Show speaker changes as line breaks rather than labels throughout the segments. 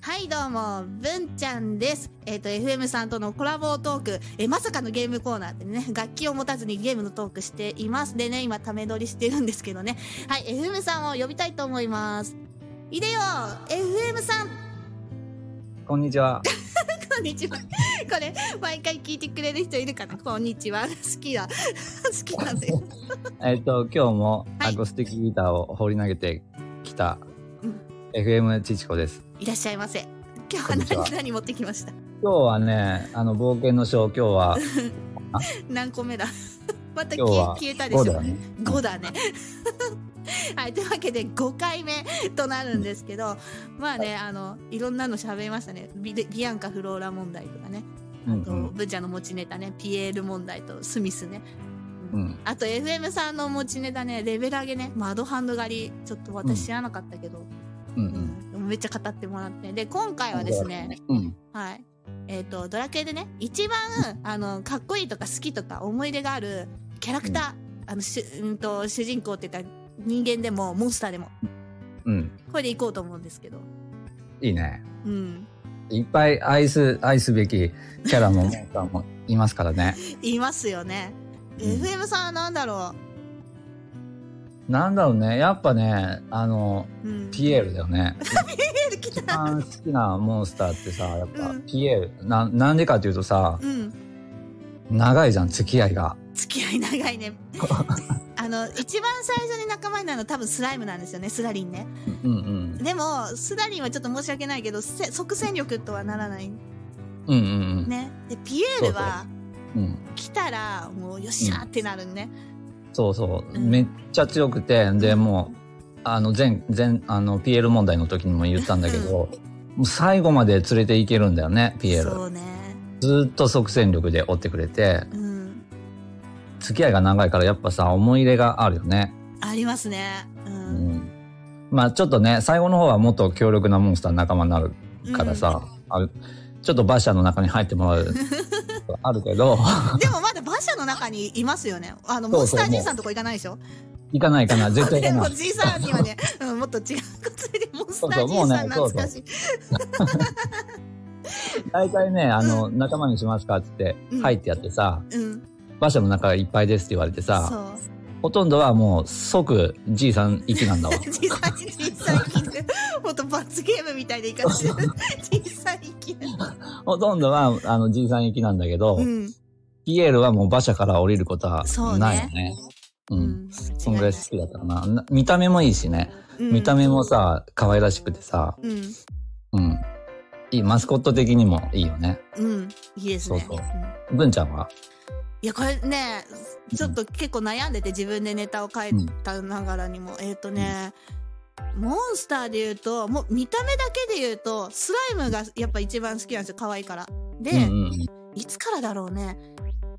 はいどうも文ちゃんですえっ、と FM さんとのコラボトークえまさかのゲームコーナーでね楽器を持たずにゲームのトークしていますでね今ため撮りしてるんですけどねはい FM さんを呼びたいと思いますいでよ FM さん
こんに ちは。
こんにちはこ れ毎回聞いてくれる人いるかなこんにちは 好きだ好きなん で
えっと、今日も
はい
アコースティックギターを放り投げてきた
うん
FM ちちこです。
いらっしゃいませ今日は
こんにちは
何何持ってきました
今日はね、あの、冒険の章、今日は
何個目だ また消
今日は
え消えたでしょ
5だよね。
5だね。 はい、というわけで5回目となるんですけどまあね、あのいろんなの喋りましたねビビアンカ・フローラ問題とかね
う
あ
ん
と、ブンちゃんの持ちネタねピエール問題とスミスね、
うん。うん。
あと FM さんの持ちネタねレベル上げね窓ハンド狩りちょっと私知らなかったけど、
う
うん
ん
めっちゃ語ってもらってで今回
う
は
ん。
ですね、
うん。
はい。えっ、と、ドラクエでね、一 番、あの、かっこいいとか好きとか思い出があるキャラクター、あの、しゅ、うんと、主人公っていうか、人間でも、モンスターでも、
うん。
これでいこうと思うんですけど。
いいね。
うん。
いっぱい愛す、愛すべきキャラも、モンスターもいますか らね。
いますよね。
うん
FM さんはなんだろ
なんだろうね。やっぱね、あの、
う。うん。
ピエールだよね。
エール来
一
た。
番好きなモンスターってさ、やっぱ
うん
ピエール。な、なんでかっていうとさ、
うん。
長いじゃん、付き合いが。
付き合い長い ね。あの、一番最初に仲間になるの多分スライムなんですよね、スラリンね。
うんうん。
でも、スラリンはちょっと申し訳ないけど、せ即戦力とはならない
うんうん
ね。で、ピエールは、
うんうん
来たらもうよっしゃーってなるね、
そうそう、
うん
めっちゃ強くてでもうあの前前あの PL 問題の時にも言ったんだけど、もう最後まで連れていけるんだよね
そ
PL
うね
ずーっと即戦力で追ってくれて
うん
付き合いが長いからやっぱさ思い入れがあるよね、
ありますねう、
うんん、 まあちょっとね最後の方はもっと強力なモンスターの仲間になるからさ、あるちょっと馬車の中に入っても らうあるけど
でもまだ馬車の中にいますよねあの
そ
モ
う
ンス
そう
ターじいさんとこ行かないでしょ
行かないかな絶対
で
行
も
かない
じいさんにはね、うん、もっと違うことでモンスターじ
そうそうも
いう
ね
さん懐かしい
大体ねあの、仲間にしますかって言って、
うん
入ってやってさ、
うん
馬車の中いっぱいですって言われてさ、
そ
ほとんどはもう即じいさん行 きなんだわ。
うじいさんじいさん生きてもっと罰ゲームみたいでいかしてるじいさん生きて
ほとんどはあのじいさん行きなんだけど、
うん
ピエールはもう馬車から降りることは
そうね
ないよね。う。
うんん
そんぐらい好きだったかな。な見た目もいいしね。
うん
見た目もさ、可愛らしくてさ、
うん
うん。いい、マスコット的にもいいよね。
うんいいですね
そうそうん文ちゃんはい
やこれねちょっと結構悩んでて自分でネタを書いたながらにも、えっ、とね、モンスターで言うともう見た目だけで言うとスライムがやっぱ一番好きなんですよ可愛いから。で、
うんうん
いつからだろうね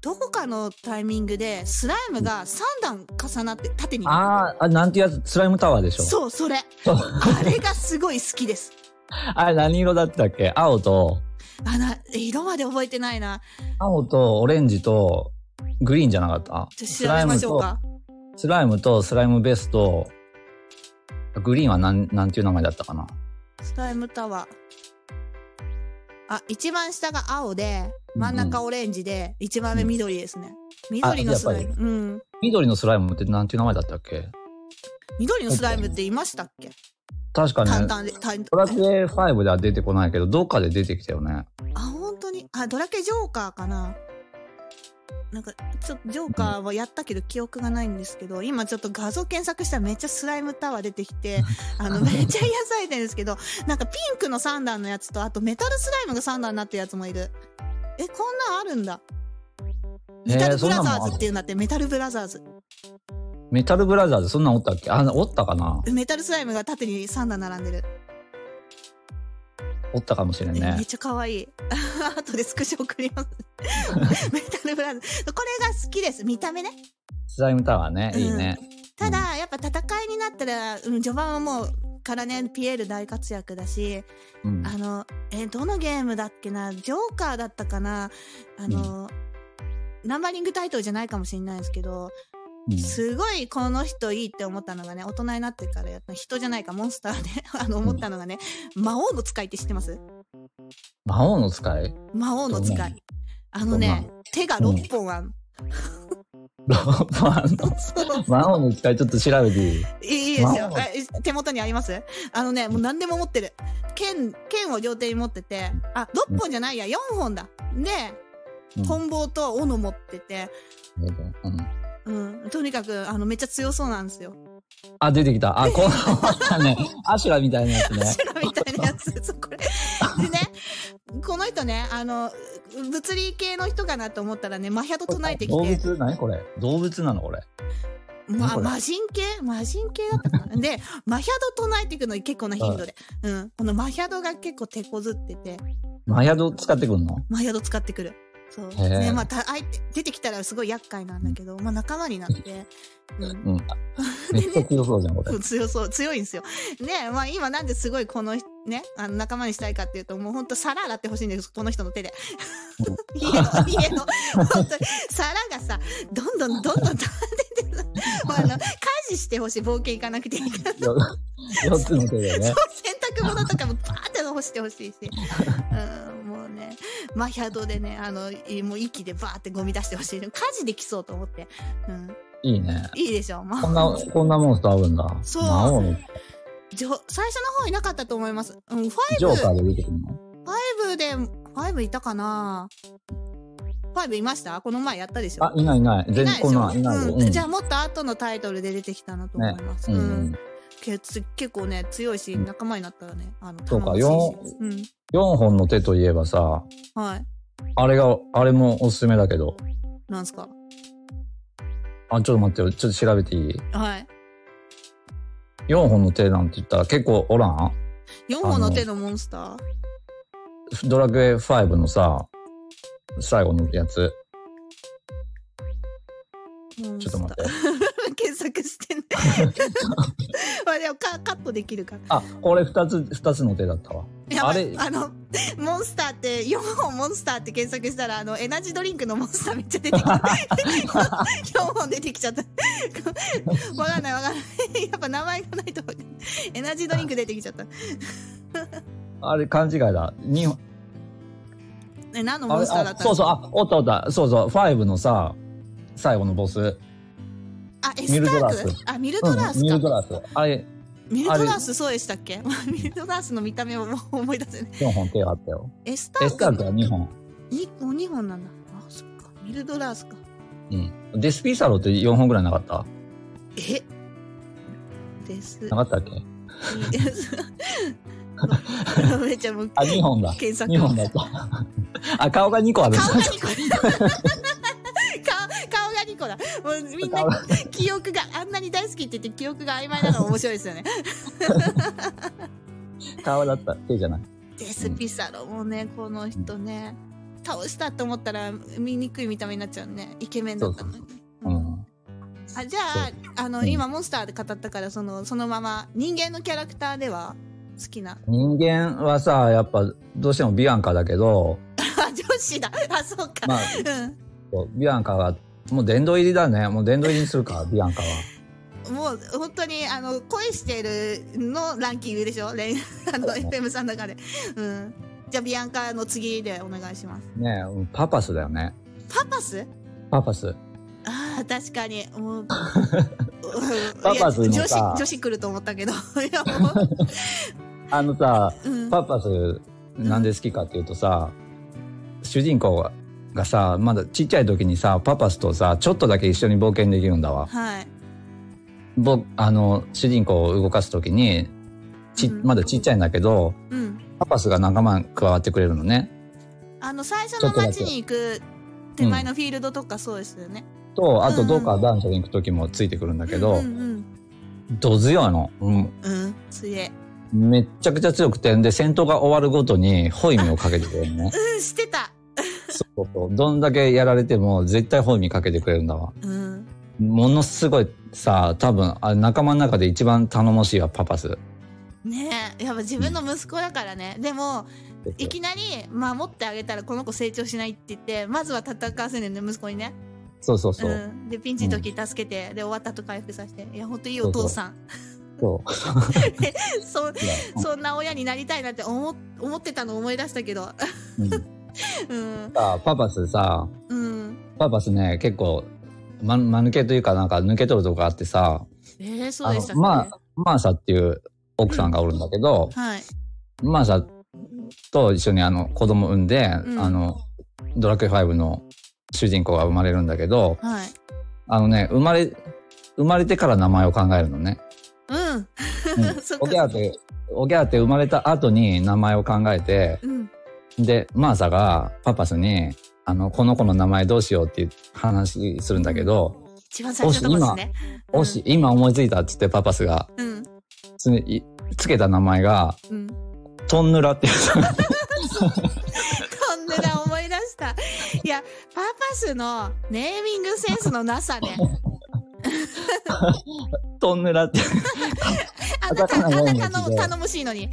どこかのタイミングでスライムが3段重なって縦に
うん。あーあ、なんてやつ、スライムタワーでしょ。
そうそれ
そう
あれがすごい好きです。
あれ何色だったっけ青と、
あの色まで覚えてないな
青とオレンジとグリーンじゃなかった
ちょっと調べましょうか。
スライムとスライムベスト、グリーンはなん、なんていう名前だったかな。
スライムタワー。あ、一番下が青で、真ん中オレンジで、一番目緑ですね。緑のスライム
あやっ。
うん。
緑のスライムってなんていう名前だったっけ
緑のスライムっていましたっけ
確か
簡
ね、
単で、単
ドラクエ5では出てこないけど、どっかで出てきたよね。
あ、本当に。あ、ドラケジョーカーかな。なんか、ちょっとジョーカーはやったけど記憶がないんですけど、今ちょっと画像検索したらめっちゃスライムタワー出てき て、あの、めっちゃ癒されてるんですけど、なんかピンクの3段のやつと、あとメタルスライムが3段になってるやつもいる。え、こんなんあるんだ。メタルブラザーズっていうんだって、メタルブラザーズ。
メタルブラザーズ、そんなんおったっけあ、おったかな
メタルスライムが縦に3段並んでる。
おったかもしれん
えめっ
ね。
ちゃ可愛い。 後でスクショ送り ます。メタルブラザーズ。これが好きです。見た目ね。
スライムタワーね、いいね。
ただ、やっぱ戦いになったら、うん、序盤はもう、からね、ピエール大活躍だし、
うん。
あの、え、どのゲームだっけな、ジョーカーだったかな、あの、ナンバリングタイトルじゃないかもしれないですけど、すごいこの人いいって思ったのがね、大人になってからやった人じゃないか、モンスターで、 あの、思ったのがね、魔王の使いって知ってます
魔王の使い
魔王の使。
どんない
あの
どんな
ね、手が6本あん。
ロマンの。
そう
魔王の使いちょっと調べていい
いいいです
魔
よ
王。
あ手元にありますあのね、もう何でも持ってる。剣、剣を両手に持ってて、あ、6本じゃないや、4本だ。で、
うん
棍棒と斧持ってて、
うん
うん、とにかく、あの、めっちゃ強そうなんですよ。
あ、出てきた。あ、この、あったね。アシュラみたいなやつ ね。
シュラみたいなやつ。 そうこれ。でね、この人ね、あの、物理系の人かなと思ったらね、マヒャド唱えてき
動
て、
物何これ動物なのこれ。
まあ、
これ
魔人系魔人系だったかな。で、 マヒャド唱えていくのに結構な頻度で。うん。このマヒャドが結構手こずってて、
マヤド使ってくんの
マヒャド使ってくる。そう。
へえ
ね、まあ、た相手、出てきたらすごい厄介なんだけど、まあ仲間になって、うん。
うん。めっちゃ強そうじゃん、これ
う。ん強そう、強いんですよ。ねまあ今なんですごいこの人、ね、あの仲間にしたいかっていうと、もうほんと皿洗ってほしいんです、この人の手で。家の、家の、本当に皿がさ、どんどんどんどん立て てさ、もうあの、家事してほしい、冒険行かなくていいから。
よ四つの手でね。
洗濯物とかもバーって干してほしいし、うん、もうね、マヒャドでね、あの、いもう息でバーってゴミ出してほしい。家事できそうと思って。うん、
いいね。
いいでしょ、もう
こんな、こんなモンスターあるんだ。
そう
魔王の
じょ最初の方いなかったと思います。うん、5
ジョーカーで出てくるの
ファイブで、ファイブいたかなファイブいましたこの前やったでしょ
あ、いないいない。全然来ない。いないよ。
うんじゃあもっと後のタイトルで出てきたなと思います。
うん
う
うんん。
けつ結構ね、強いし、
うん
仲間になったらね、あの、
そうか
頼もしいし
4本の手といえばさ、
うん。はい。
あれが、あれもおすすめだけど。
なんすか
あ、ちょっと待ってよ。ちょっと調べていい
はい。
4本の手なんて言ったら結構おらん
4本の手のモンスター
ドラクエ5のさ、最後のやつ。
モン
ちょ
スタ
っと
ー
待って。
検索してね。まあでもカカットできるから。
あ、これ2つ、二つの手だったわ。
いやば
あ
い
れ
あの、モンスターって、4本モンスターって検索したら、あの、エナジードリンクのモンスターめっちゃ出て きた。4本出てきちゃった。 わかんないわ かんない。やっぱ名前がないとわかんない。エナジードリンク出てきちゃった。
あれ勘違いだ。二本。
え、何の
あ
モ
れ
ンスターだっ
あ
た
そう
の
そう、あ、おったおった。そうそう、5のさ、最後のボス。
あ、エ
ミ
ス
ル
タ
ド
ー
ラ
ク
ス
あ、ミル
う
ド
ん
ラー、ス
ミ
か。
ルドラス。あれ、
ミルドラースそうでしたっけ ミルドラースの見た目をもう思い出せない。
4本手があったよ。
エスタ
エスタ
ー
ーク
ク
は2本。
にもう2本なんだ。あ、そっか。ミルドラースか。
うん。デスピーサロって4本ぐらいなかった
えです。
なかったっけ
いいですめっちゃもう
あ、2本だ。
検索
2本だった。あ、顔が2個ある。
顔 が2個だ顔顔が2個だもうみんな
顔
記憶があんなに大好きって言って記憶が曖昧なのが面白いですよね
顔だった。手じゃない。
デスピサロもねこの人ね倒したと思ったら醜い見た目になっちゃうねイケメンだったのに
うん。
あじゃああの、
うん
今モンスターで語ったからそのそのまま人間のキャラクターでは好きな
人間はさ、やっぱ、どうしてもビアンカだ けど、
あ女子だあそうか、
まあ、
うん
そうビアンカは、もう殿堂入りだね。もう殿堂入りにするか、ビアンカは。
もう本当にあの恋してるのランキングでしょ恋あの FM さんの中で、うん、じゃあビアンカの次でお願いします
ねえうんパパスだよね。
パパス
パパス。
あー確かに もう
パパス
い
のさ
や女子女子来ると思ったけど いやもう、
あのさ、
うん、
パパス、なんで好きかっていうとさ、主人公ががさ、まだちっちゃい時にさ、パパスとさ、ちょっとだけ一緒に冒険できるんだわ。
はい
ぼあの、主人公を動かす時に、ち、
うん
まだちっちゃいんだけど、
うん
パパスが仲間に加わってくれるのね。
あの最初
ちょ
の
っとだけ
街に行く手前のフィールドとかそうですよね
と、あ
う
と、
ん
どうか男女に行く時もついてくるんだけど、
うんうん
ど強いの。うん
うん、うん、強え
めっちゃくちゃ強くて、で、戦闘が終わるごとに、ホイミをかけてくれるのね。
うんしてた
そうそうそう。どんだけやられても、絶対ホイミかけてくれるんだわ。
うん
ものすごい、さ、多分、あ仲間の中で一番頼もしいはパパス。
ねえやっぱ自分の息子だからね、でもいきなり守ってあげたらこの子成長しないって言ってまずは戦わせるんだよね息子にね
そうそうそうう。
ん、でピンチの時助けて、で終わったと回復させていや本当いいお父さん
そう。
そ
いや
そんな親になりたいなって思っ思ってたの思い出したけど
うんさ
うん
あパパスさ、
うん
パパスね、結構、ま、間抜けというか、なんか抜けとるとこがあってさ、
えー、そうでしたっけ
あのまあ、マーサっていう奥さんがおるんだけど、
はい
マーサと一緒にあの子供産んで、
ん
あの、ドラクエ5の主人公が生まれるんだけど、
はい
あのね、生まれ、生まれてから名前を考えるのね。
うん
う ん
そっか
おぎゃーって、おぎゃーって生まれた後に名前を考えて、
うん
で、マーサがパパスに、あの、この子の名前どうしようっていう話するんだけど、
一番最初のとこですね
おし、今思いついたっつってパパスが
うん
ついつけた名前が、
うん
トンヌラっていう。
トンネル思い出した。いや、パパスのネーミングセンスのなさね。
トンヌラっていう。
あんな
カタカナ
た
四文字で
の頼もしいのに。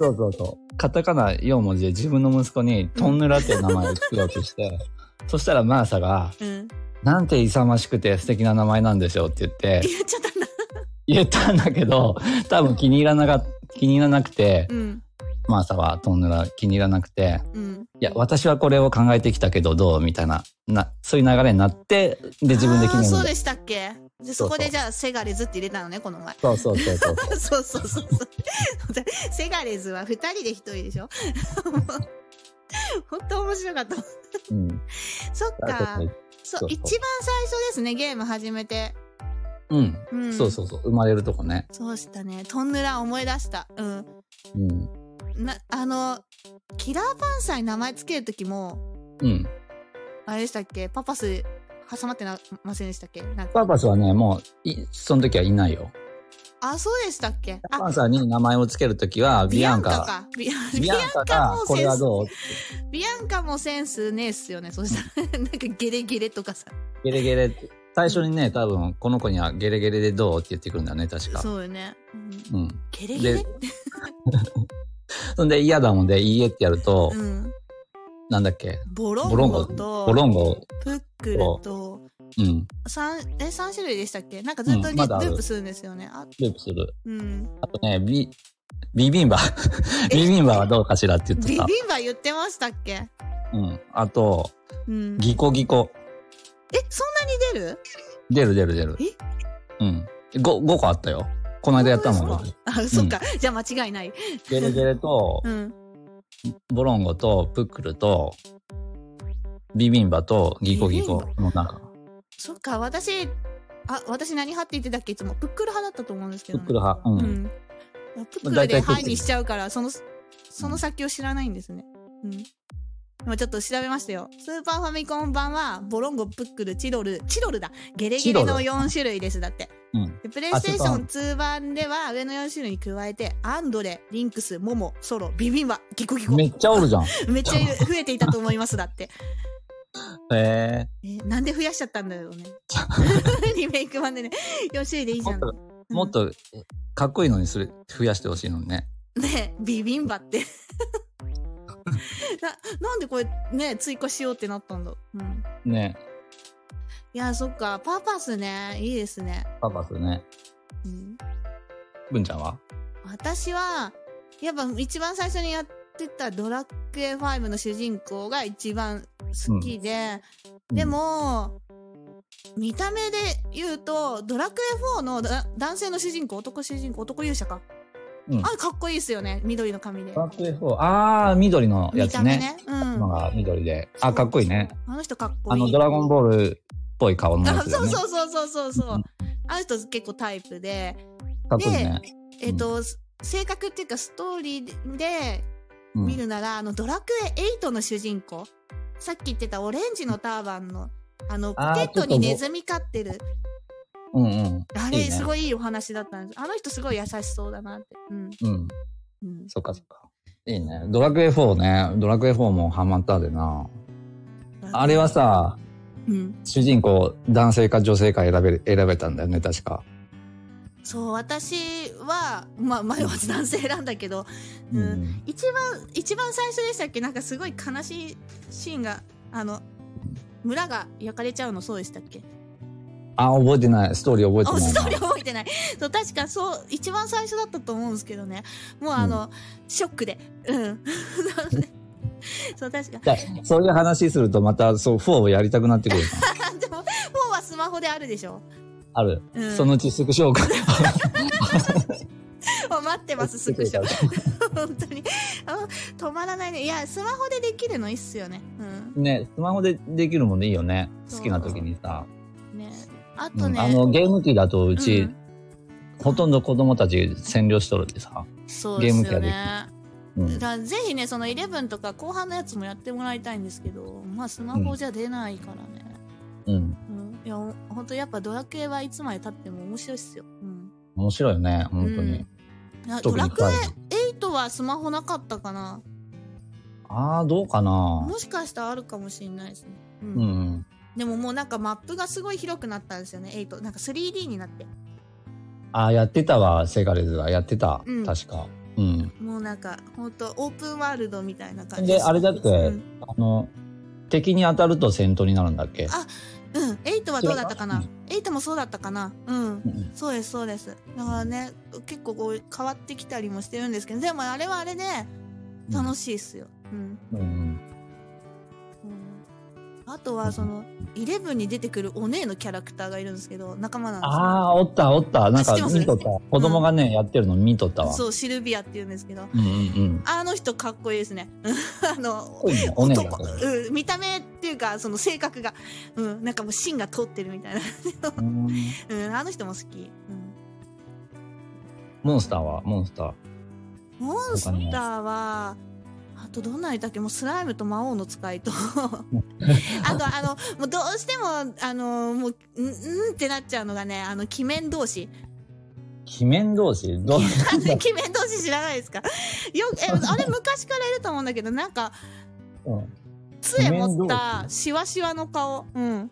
そうそうそう。カタカナ4文字で自分の息子にトンヌラっていう名前をつけようと して、そしたらマーサが、
うん。
なんて勇ましくて素敵な名前なんでしょうって言って、
言っちゃったんだ。
言ったんだけど、多分気に入らなか、気に入らなくて、
うん。
マーサはトンヌラ気に入らなくて、
うん。
いや、私はこれを考えてきたけど、どうみたいな、な、そういう流れになって、で、自分で決
あー
める
そ
ん
う
だ
でしたっけでそ
そ
う
そ
こ
う
でじゃあ、セガレズって入れたのね、この 前。
そうそうそうそう。
そうそうそうそう。セガレズは二人で一人でしょ本当面白かった。
うん。
そっ
だ
か
け。ど
そ
そうう、
一番最初ですね、ゲーム始めて。
うん。
うん。
そうそうそう。生まれるとこね。
そうしたね。トンネル思い出した。うん。
うん。
なあのキラーパンサーに名前つける時も
うん。
あれでしたっけパパス挟まってなませんでしたっけなんか
パーパスはね、もう、い、その時はいないよ。
あそうでしたっけ
パ
あ
ンサーに名前をつける時は、ビアン
ビアンカ
カ。
かビアン
ビアン
ビ
カ
アンカも、
がこれはどう
ビアンカもセンスねえっすよねそしたら なんかゲレゲレとかさ
ゲレゲレって。最初にね、多分、この子にはゲレゲレでどうって言ってくるんだね、確か。
そうよね、うん
うん。
ゲレゲレ
でそんで、嫌だもんで、いいえってやると、
うん
なんだっけ、
ボロ
ボロン
ン
ゴ、
ゴ
ボ
と
ロンゴ、
プックルと
うん、
三え三種類でしたっけなんかずっと
う
ね
んまだある
ループするんですよねあ
ループする。
うん
あとね、ビ、ビビンバ。 ビビンバはどうかしらって言っ
ビ
て
ビン
た。
バ言ってましたっけ
うん。あと、
うんえ
ギコギコ。
そんなに出る
出る出る出る。うん。5、5個あったよ。この間やったもん。
そうですあ、そっか。じゃあ間違いない。
ゲレゲレと
う、ん。
ボロンゴと、プックルと、ビビンバと、ギコギコ
ビ
の中。
そっか、私、あ、私何派って言ってたっけいつも。プックル派だったと思うんですけ
プ
ど、
ックル派。う。
うんん。プックル
大
で
体プックル
ハイにしちゃうから、その、その先を知らないんですね。うん。今ちょっと調べましたよ。スーパーファミコン版は、ボロンゴ、プックル、チロル、チロルだゲレゲレの
チ
4種類です、だって。
うん。
でプレイステーショ
あ
ン2版では、上の4種類に加えて、アンドレ、リンクス、モモ、ソロ、ビビンバ、ギコギコ。
めっちゃおるじゃん。へ
めっちゃいる増えていたと思います、だって。
え。
えーなんで増やしちゃったんだ ろうね。リメイク版でね。よしでいいじゃん。
もっ
うん
もっと、かっこいいのにする、増やしてほしいのにね。
ねビビンバって。な、なんでこれね、追加しようってなったんだ。うん。
ね。
いや、そっか。パパスね、いいですね。
パパスね。
うん、
文ちゃんは
私は、やっぱ一番最初にやってたドラクエ5の主人公が一番好きで、で、も、見た目で言うと、ドラクエ4のだ男性の主人公、男主人公、男勇者か。
うん
あ、かっこいいですよね。緑の髪で。
パーク F4。あー、緑のや
見
つ
た
ね。
目ね。うん
の。が緑で。あ、かっこいいね。
あの人かっこい
あ
い。
の、ドラゴン
ー
ボールっぽい顔のや
あ、
つ
そ
だよ
う
ね。。
そうそうそうそうそううんあの人結構タイプで、
かっこいいね。
えっ、と、性格っていうかストーリーで
う
見
ん。
るなら、あの、ドラクエ8の主人公。さっき言ってたオレンジのターバンの、あの、ポ
あー
ケット
ちょ
に
っと
ネズミ飼ってる。
うんうん。
あれ、
いいね
すごいいいお話だったんです。あの人すごい優しそうだなって。うん。
うん。
うん、
そっかそっか。いいね。ドラクエ4ね。ドラクエ4もハマったでな。あれは、さ、
うん。
主人公、男性か女性か選べる、選べたんだよね、確か。
そう、私は、まあ、迷わず男性選んだけど、うん
うん。
一番一番最初でしたっけなんかすごい悲しいシーンがあの村が焼かれちゃうのそうでしたっけ
あ、覚えてない。ストーリー覚えて
あ、
ないな。
ストーリー覚えてない。そう、確かそう、一番最初だったと思うんですけどね。もうあの、ショックで。うん。 そう、確か。
だからそういう話するとまた、そう、4をやりたくなってくるな。
あでも、もうはスマホであるでしょ。
ある。
うん。
そのうちスクショを送っ
あ待ってます、すぐしょ。 本当に。あ止まらないね。いや、スマホでできるのいいっすよね。
ね、スマホでできるもんでいいよね。
そう
好きな時にさ。
うん。ね。あ
う
と
ん、
ね、
あの、ゲーム機だとう
う
ち、
ん
ほとんど子供たち占領しとるでさ。
そうです
ゲ
よ
ーム機
ね。
うん
だ。からぜひね、その11とか後半のやつもやってもらいたいんですけど、まあスマホじゃ出ないからね。
うん。
うん、いや、ほほんとやっぱドラクエはいつまで経っても面白いっすよ。うん。
面白いよね、本当に。
いやド
特
ラ
に
ク
カード
エ8はスマホなかったかな。
ああ、どうかな。
もしかしたらあるかもしれないですね。う。
うんん。
でももうなんかマップがすごい広くなったんですよね、8。なんか 3D になって。
ああ、やってたわ、セガレズが。やってた
うん。
確か。うん。
もうなんか、ほんとオープンワールドみたいな感じ
で、あれだって
うん、、
あの、敵に当たると戦闘になるんだっけ
あうん、8はどうだったかな
違う
?8 もそうだったかなうん
う。ん
そうです、そうです。だからね、結構こう変わってきたりもしてるんですけど、でもあれはあれで楽しいっすよ。うん。
うんうん。
うんあとはその、11に出てくるお姉のキャラクターがいるんですけど、仲間なんですよ
ああ、おった、おった。なん
知っ
か
てます
見とった。子供がね、やってるの見とったわ。
そう、シルビアって言うんですけど、
うんうん
あの人かっこいいですね。 あの、
うん。おねが
男、うん、見た目っていうか、その性格が、うん、なんかもう芯が通ってるみたいな。
うん
うん、あの人も好き。うん
モンスターはモンスター。
モンスターは、あとどんなにいたっけもうスライムと魔王の使 いと。あとあの、もうどうしても、あの、もう、うん、うんってなっちゃうのがね、あの、鬼面同 士。
鬼面同士どう
あの鬼面同士知らないですかよえ、あれ昔からいると思うんだけど、なんか、
うん
杖持っ
鬼面
たシワシワの顔。うん。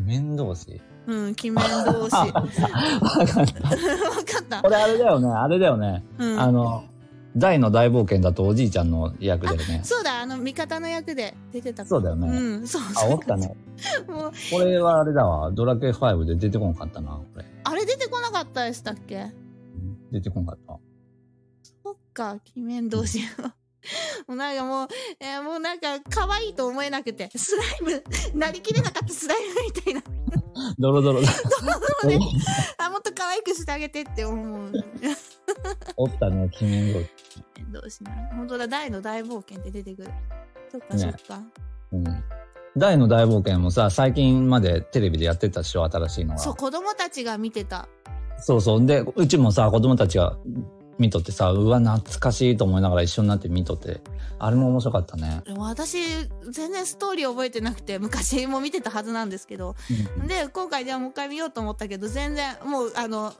鬼面同士
うん、鬼面 同士。わか った
こ。れあれだよね、あれだよね。
うん。
あの、大の大冒険だとおじいちゃんの役だよね。
そうだ、あの、味方の役で出てた子
そうだよね
うん、そう
あ、
そう。
おったね。
もう、
これはあれだわ。ドラクエ5で出てこんかったな、これ。
あれ出てこなかったでしたっけ
出てこんかった。
そっか、鬼面同士。 もうなんかもう、えーもうなんか可愛いと思えなくて、スライム、 なりきれなかったスライムみたいな。
ドロドロだ。
そうねあ、もっと可愛くしてあげてって思う。鬼
おったね、鬼面同士。
面同士な。本当だ、大の大冒険って出てくる。そっか、
ね
そっか。
うん。大の大冒険もさ、最近までテレビでやってたでしょ、新しいのが。
そう、子供たちが見てた。
そうそう。で、うちもさ、子供たちが見とってさ、うわ、懐かしいと思いながら一緒になって見とって、あれも面白かったね。
私、全然ストーリー覚えてなくて、昔も見てたはずなんですけど。で、今回じゃあもう一回見ようと思ったけど、全然、もう、あの、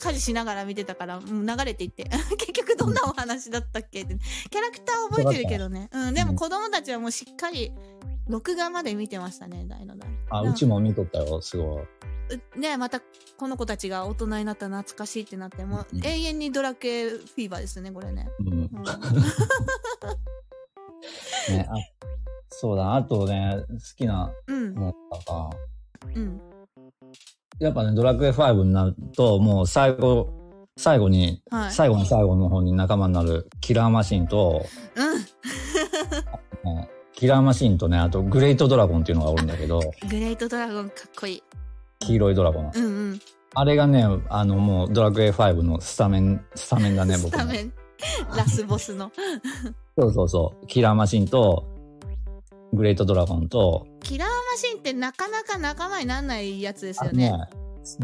家事しながら見てたから、うん流れていって、 結局どんなお話だったっけって。キャラクター覚えてるけどね。うん、でも子供たちはもうしっかり、録画まで見てましたね、大の大。
あ、
うん
うちも見とったよ、すごい。
うねまた、この子たちが大人になったら懐かしいってなって、もう
うん
永遠にドラクエフィーバーですね、これね。
うん。
うん
ね、あそうだ、あとね、好きな
うん、
ものとか。
うん。
やっぱね、ドラクエ5になると、もう最後、最後に、
はい。
最後の最後の方に仲間になるキラーマシンと、
う
ねキラーマシンとね、あとグレートドラゴンっていうのがおるんだけど、
ん。グレートドラゴンかっこいい。
黄色いドラゴン。
うんうん。
あれがね、あのもうドラクエ5のスタメン、スタメンだね、
ス
僕
タ
の。
メン。ラスボスの。
そうそうそう。キラーマシンと、グレートドラゴンと、
キラーマシンってなかなか仲間にならないやつです
あ
よ
の
ね
ね。、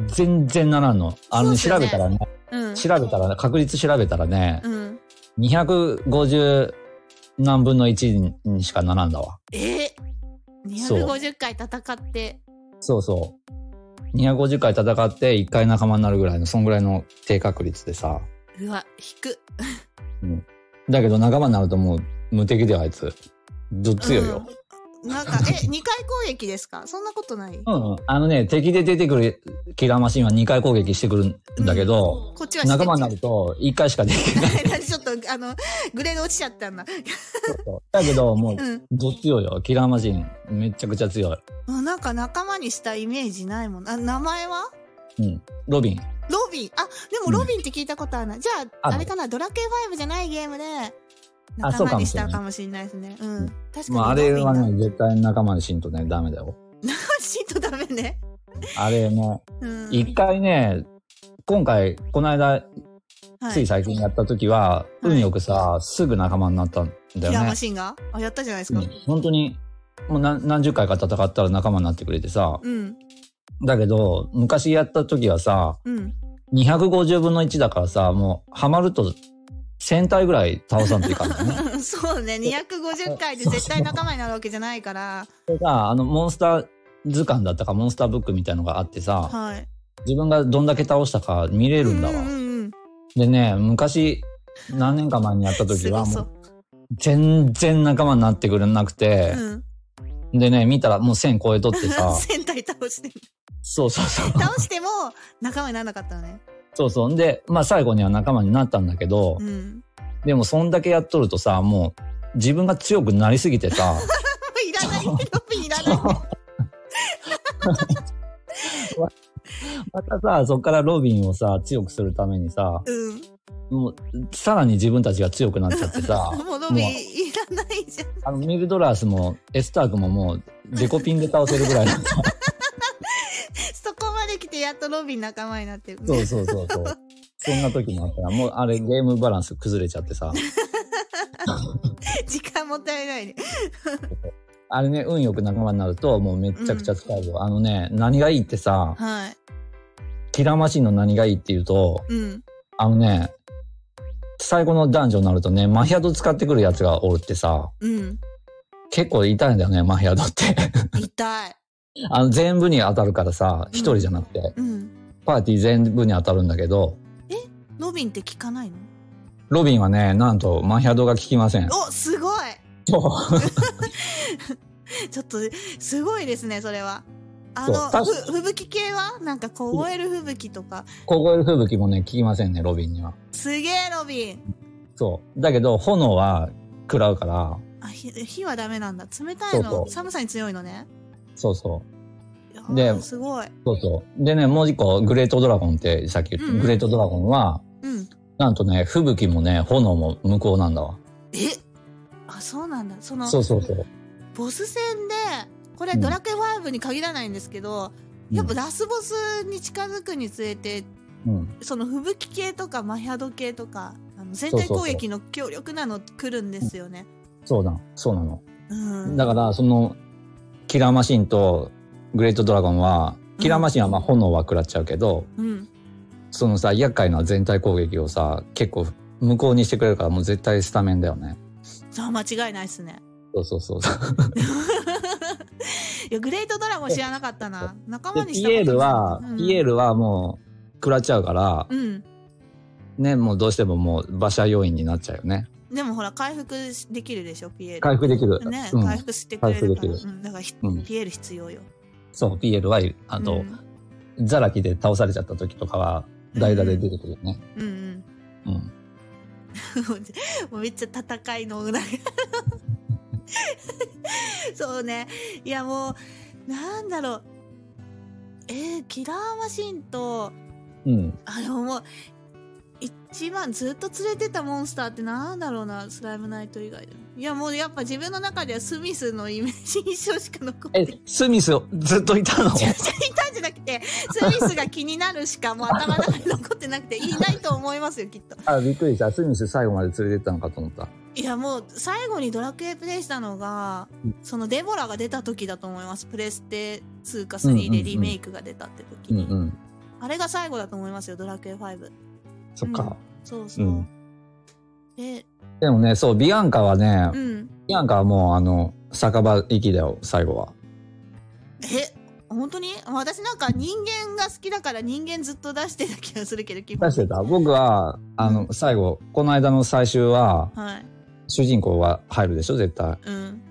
全然ならんの。あの、ね、
そう
調
で
べ
す
た
よ
らね、
うん。
調べたらね、確率調べたらね、
うん。
250何分の1にしかならんだわ。
え
そう
250回戦って。
そうそう。250回戦って1回仲間になるぐらいの、そんぐらいの低確率でさ。
うわ、引く。
だけど仲間になるともう無敵だよ、あいつ。どっ強いよ。
なんか、 え、2回攻撃ですかそんなことない、
うんうん。あのね、敵で出てくるキラーマシンは2回攻撃してくるんだけど、
こっちは
仲間にな
る。
ると1回しかできな い。
ちょっと、あの、グレード落ちちゃったんだ。
だけど、もう、
うん。
どっ強いよ。キラーマシン。めちゃくちゃ強い。
あなんか仲間にしたイメージないもん。あ、名前は
うん。ロビン。
ロビン。あ、でもロビンって聞いたことあるな。じゃあ、
ある
あれかな、ドラケン5じゃないゲームで、
あ
仲
そうか
間
も
に
し
し
れな
た
い
かもしれないですね。う
うん
ん。確かに。
まあ、あれ
ロ
は
ビン
ね、
だ
絶対仲間にしんとね、ダメだよ。
しんとダメね。
あ れね、
うん。
一回ね、今回、この間、
は
つい最近やった時は、
はい
運よくさ、すぐ仲間になったんだ
キラ
よ
ー
ね
マ。シンがあ、やったじゃないです
う
か
ん。本当に、もう何何十回か戦ったら仲間になってくれてさ、
うん。
だけど、昔やった時はさ、
うん。
250分の1だからさ、もう、ハマると、1000体ぐらい倒さんといかんの ね。
そうね、250回で絶対仲間になるわけじゃないから。
それが、あの、モンスター図鑑だったか、モンスターブックみたいのがあってさ、
はい。
自分がどんだけ倒したか見れるんだわ。
うんうん
でね、昔、何年か前にやった
うん。
時
す
は、
ご
も
そうう。
全然仲間になってくれなくて、
うん。、
でね、見たらもう1000超えとってさ
戦隊倒して。
そうそうそう。
倒しても仲間にならなかったのね。
そうそう。で、まあ最後には仲間になったんだけど、
うん。
でもそんだけやっとるとさ、もう自分が強くなりすぎて さ、
いら ない。ロビンいらない。
またさ、そっからロビンをさ、強くするためにさ、
うん。
もうさらに自分たちが強くなっちゃっ てさ、
もうロビンいらないじゃん。
あのミルドラースもエスタークももうデコピンで倒せる ぐらいだった。
そこまで来てやっとロビン仲間になってる。
そうそうそうそう。そんな時もあったら、もうあれゲームバランス崩れちゃってさ、
時間もったいないね。
あれね、運よく仲間になるともうめっちゃくちゃ使うよ。あのね、何がいいってさ、
はい。
キラーマシンの何がいいっていうと、
うん。
あのね、最後のダンジョンになるとね、マヒアド使ってくるやつがおるってさ、
うん。
結構痛いんだよね、マヒアドって。
痛い。
あの、全部に当たるからさ、一人じゃなくて、
うん。
パーティー全部に当たるんだけど、
ロビンって効かないの
ロビンはね、なんとマヒアドが効きません。
お、すごい
そう
ちょっと、すごいですね、それは。あ
そう
の、
確
ふ、吹雪系はなんか凍える吹雪とか。
凍える吹雪もね、効きませんね、ロビンには。
すげえ、ロビン。
そう。だけど、炎は食らうから、
あ、火、火はダメなんだ。冷たいの、
そうそう
寒さに強いのね。
そうそう。
いやー
で
すごい。
そうそう。でね、もう一個、グレートドラゴンってさっき言った、
うんうん
グレートドラゴンは、
うん。
なんとね、吹雪もね、炎も無効なんだわ。
えあ、そうなんだ。その、
そうそうそう。
ボス戦で、これドラクエ5に限らないんですけど、やっぱラスボスに近づくにつれて、
うん。
その吹雪系とかマヒャド系とか、あの全体攻撃の強力なの来るんですよね。
そうだ、そうなの。
うん。
だから、その、キラーマシンとグレートドラゴンは、キラーマシンはまあ炎は食らっちゃうけど、
うん。
そのさ、厄介な全体攻撃をさ、結構無効にしてくれるから、もう絶対スタメンだよね。
あ間違いないっすね。
そうそうそう。
いや、グレートドラゴン知らなかったな。仲間
で、
にした
ピエールは、ピエー
ル。
ルはもう、食らっちゃうから、
うん。
ね、もうどうしてももう馬車要員になっちゃうよね。
でもほら、回復できるでしょ、ピエール。
回復できる。
ね、
うん
回復してくれるから。
回復でき
うん、だからひ、
うん
ピエール必要よ。
そう、PL は、あ
う
と、
ん
ザラキで倒されちゃった時とかは、代打で出てくるよね。
うんうん。
うん。
もうめっちゃ戦いの、なんか そうね。いや、もう、なんだろう。えー、キラーマシンと、
うん。
あのもう一番ずっと連れてたモンスターってなんだろうなスライムナイト以外でいやもうやっぱ自分の中ではスミスのイメージ印象しか残って
え
ない、
スミスずっといた
い
の
たんじゃなくてスミスが気になるしかもう頭の中に残ってなくていないと思いますよきっと
あ、びっくりした。スミス最後まで連れてったのかと思った。
いやもう最後にドラクエプレイしたのがそのデボラが出た時だと思いますプレステ2か3でリメイクが出たって時、
うんうん。
あれが最後だと思いますよドラクエ5
そっか。
そうそう、
うん
で
でもね、そう、ビアンカはね、
うん
ビアンカはもう、あの、酒場行きだよ、最後は。
え本当に私なんか人間が好きだから人間ずっと出してた気がするけど基本
出してた僕は、あの、最後、この間の最終は、
はい
主人公は入るでしょ、絶対。
うん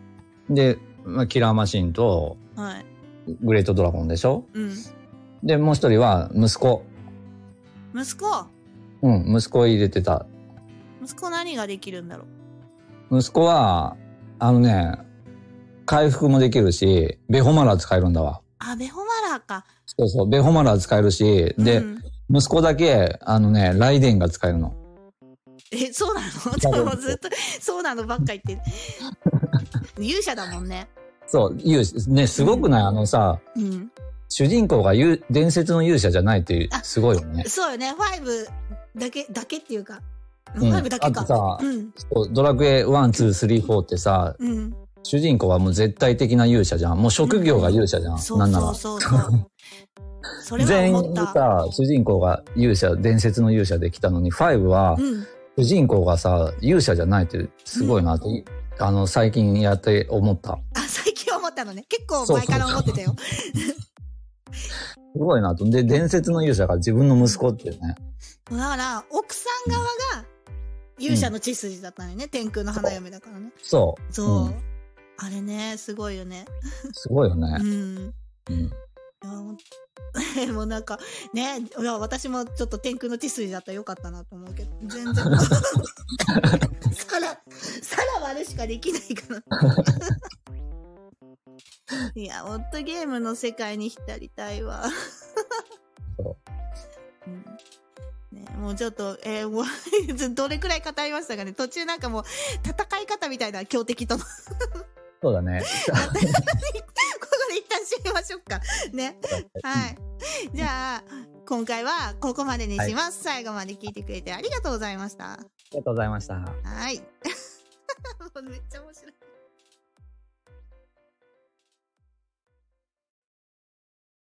で、まあキラーマシンと
はい。
グレートドラゴンでしょ
うん。
で、もう一人は息子。
息子
うん、息子を入れてた。
息子何ができるんだろ
息子は、あのね、回復もできるし、ベホマラー使えるんだ
う
わ。
あ、ベホマラーか。
そうそう、ベホマラー使えるし、で、
うん
息子だけ、あのね、ライデンが使えるの。
え、そうなのでもずっと、 そうなのばっか言ってる。勇者だもんね。
そう、勇者、ね、すごくない、あのさ、
うん。
主人公が勇伝説の勇者じゃないって
あ
すごいよね。
そうよね。ファイブだけ、だけっていうか。
ん
ファイブだけ
あとさ
か。うん。
そうドラクエ1、2、3、4ってさ、
うん。
主人公はもう絶対的な勇者じゃん。もう職業が勇者じゃん。
そ
な
うん
な
そう
ら。
そうそう。それ
全
は思
員
った。
さ、主人公が勇者、伝説の勇者で来たのに、5は
うん。
主人公がさ、勇者じゃないってすごいなって、あの、最近やって思った。
あ、最近思ったのね。結構
そう
前
そ
か
う
ら思ってたよ。
すごいなと。で、伝説の勇者が自分の息子っていうね。
だから、奥さん側が勇者の血筋だったのよね。天空の花嫁だからね。
そ
そう。
うん
あれね、すごいよね。
う。すごいよね
う。ん。
うん。
いやもうもうなん か、ね、いや私もちょっと天空の血筋だったらよかったなと思うけど、全然。さら、さらはあれしかできないかな。いや、ほんとゲームの世界に浸りたいわ。
そ
うんね、もうちょっと、えーもう、 どれくらい語りましたかね途中なんかもう、戦い方みたいな強敵との こ
そうだ ね。
こで一旦締めましょうか。ね。はい。 じゃあ、今回はここまでにします。最後まで聞いてくれてありがとうございました。
ありがとうございました。
はい。もうめっちゃ面白い。